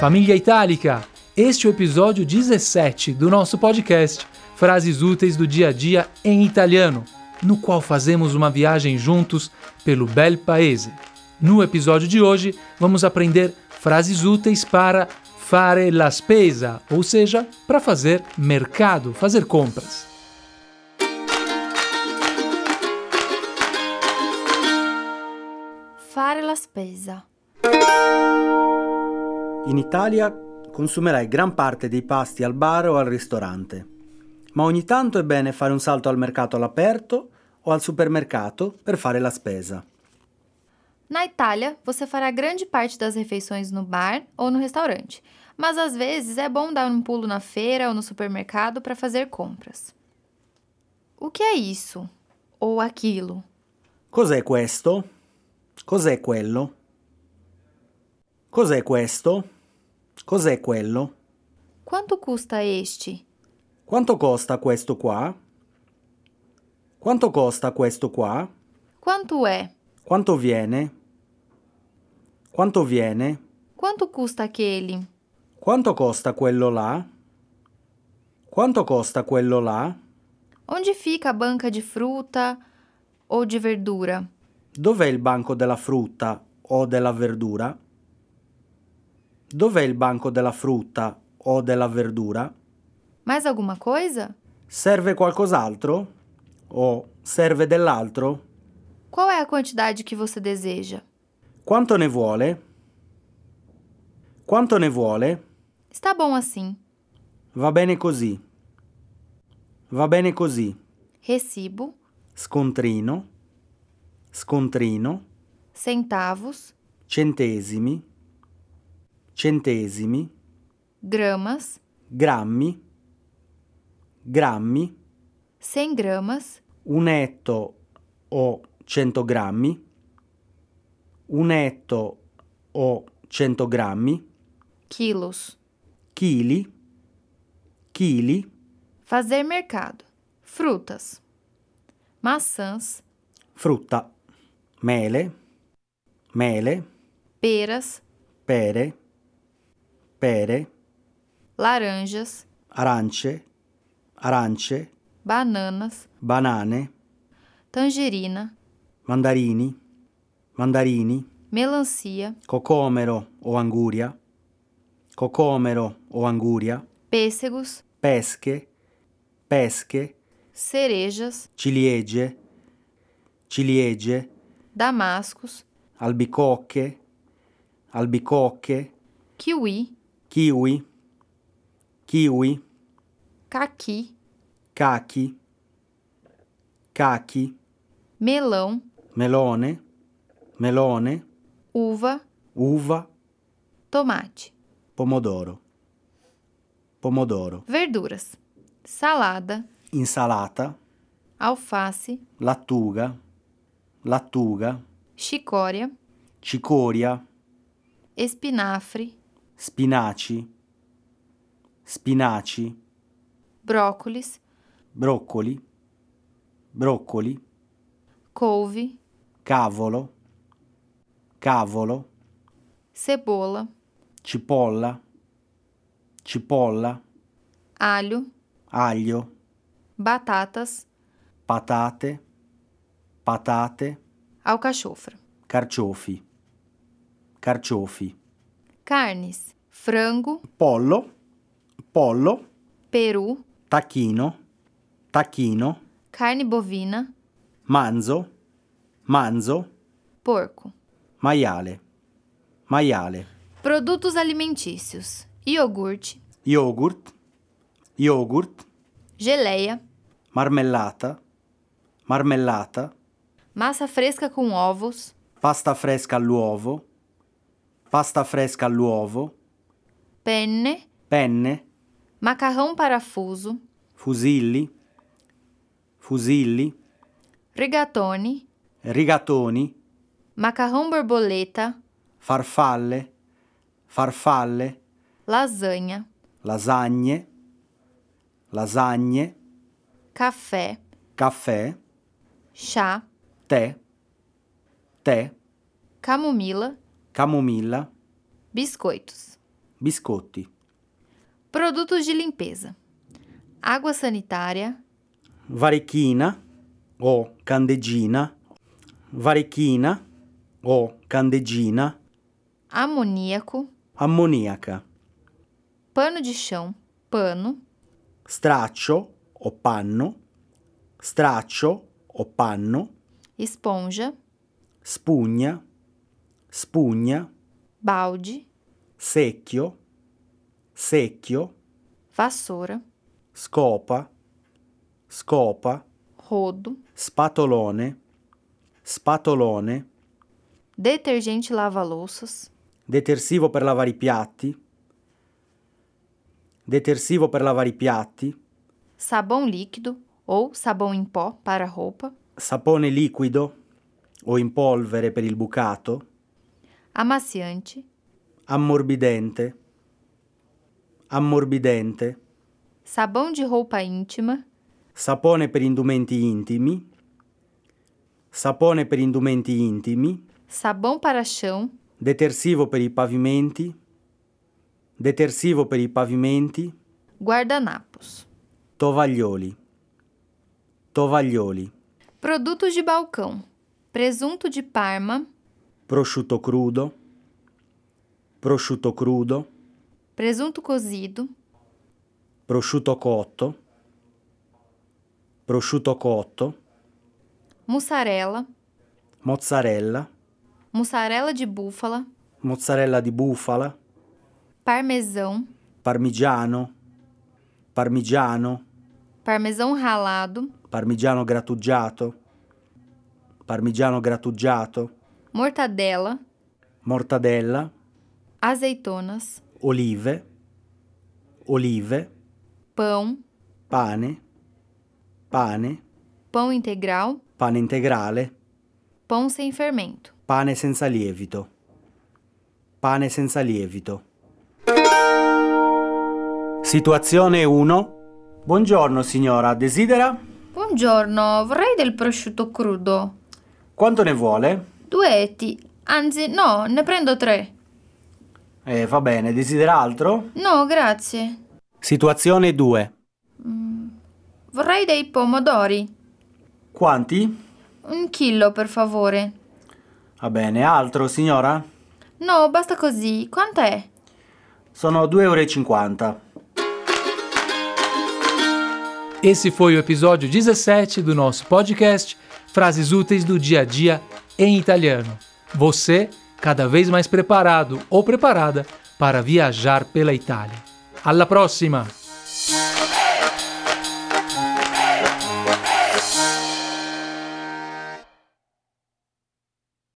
Família Itálica, este é o episódio 17 do nosso podcast Frases Úteis do Dia a Dia em Italiano, no qual fazemos uma viagem juntos pelo bel paese. No episódio de hoje, vamos aprender frases úteis para fare la spesa, ou seja, para fazer mercado, fazer compras. Fare la spesa. In Italia consumerai gran parte dei pasti al bar o al ristorante, ma ogni tanto è bene fare un salto al mercato all'aperto o al supermercato per fare la spesa. Na Itália, você fará grande parte das refeições no bar ou no restaurante, mas às vezes é bom dar um pulo na feira ou no supermercado para fazer compras. O que é isso? Ou aquilo? Cos'è questo? Cos'è quello? Cos'è questo? Cos'è quello? Quanto custa este? Quanto costa questo qua? Quanto costa questo qua? Quanto é? Quanto viene? Quanto viene? Quanto custa aquele? Quanto costa quello là? Quanto costa quello là? Onde fica a banca de fruta ou de verdura? Dov'è il banco della frutta o della verdura? Dov'è il banco della frutta o della verdura? Mais alguma coisa? Serve qualcos'altro? O serve dell'altro? Qual é a quantidade que você deseja? Quanto ne vuole? Quanto ne vuole? Está bom assim. Va bene così. Va bene così. Recibo, Scontrino. Scontrino. centavos, Centesimi. Centesimi. gramas, Grammi. Grammi. 100 gramas, un etto o 100 grammi, un etto o 100 grammi, quilos. chili, chili, Fazer mercado. Frutas. Maçãs, frutta, mele, mele, peras, pere, pere, laranjas, arance, arance, bananas, banane, tangerina, mandarini, mandarini, melancia, cocomero o anguria, cocomero o anguria, pêssegos, pesche, pesche, cerejas, ciliegie, ciliegie, damascos, albicocche, albicocche, kiwi, kiwi, kiwi, caqui, cachi, cachi, melão, melone, melone, uva, uva, tomate. pomodoro. Pomodoro, Verduras. Salada, insalata, alface, lattuga, lattuga, chicória, cicoria, espinafre, spinaci, spinaci. brócolis, broccoli, broccoli, couve, cavolo, cavolo, cebola, cipolla, cipolla, alho, aglio, batatas, patate, patate, alcachofra. carciofi, carciofi, Carnes: frango, pollo, pollo, peru, tacchino, tacchino, carne bovina, manzo, manzo, porco. maiale, maiale, Produtos alimentícios: iogurte, yogurt, yogurt, geleia, marmellata, marmellata, massa fresca com ovos, pasta fresca all'uovo, pasta fresca all'uovo, penne, penne, macarrão parafuso, fusilli, fusilli, rigatone, rigatoni, macarrão borboleta, farfalle, farfalle, lasanha, lasagne, lasagne, café, caffè, chá, tè, tè, camomila, camomilla, biscoitos. biscotti, Produtos de limpeza: água sanitária, varechina o candeggina, varechina o candeggina, amoníaco, ammoniaca, pano de chão, pano, straccio o panno, straccio o panno, esponja, spugna, spugna, balde, secchio, secchio, vassoura, scopa, scopa, rodo, spatolone, spatolone, detergente lava-louças, detersivo per lavare i piatti, detersivo per lavare i piatti, sabão líquido ou sabão em pó para roupa, sapone liquido o in polvere per il bucato, amaciante, ammorbidente, ammorbidente, sabão de roupa íntima, sapone per indumenti intimi, sapone per indumenti intimi, sabão para chão, detersivo per i pavimenti, detersivo per i pavimenti, guardanapos. tovaglioli, tovaglioli, Produtos de balcão: presunto de Parma, prosciutto crudo, prosciutto crudo, presunto cozido, prosciutto cotto, prosciutto cotto, mussarela, mozzarella, mussarela de búfala, mozzarella di bufala, parmesão, parmigiano, parmigiano, parmesão ralado, parmigiano grattugiato, parmigiano grattugiato, mortadela, mortadella, azeitonas, olive, olive, pão, pane, pane, pão integral, pane integrale, pão sem fermento. pane senza lievito. Pane senza lievito. Situazione 1. Buongiorno signora, desidera? Buongiorno, vorrei del prosciutto crudo. Quanto ne vuole? Due etti, anzi no, ne prendo tre. Eh, va bene, desidera altro? No, grazie. Situazione 2. Vorrei dei pomodori. Quanti? Un chilo, per favore. Va bene, altro signora? No, basta così. Quanto è? Sono 2,50 euro. Esse foi o episódio 17 do nosso podcast Frases Úteis do Dia a Dia em Italiano. Você, cada vez mais preparado ou preparada para viajar pela Itália. Alla prossima!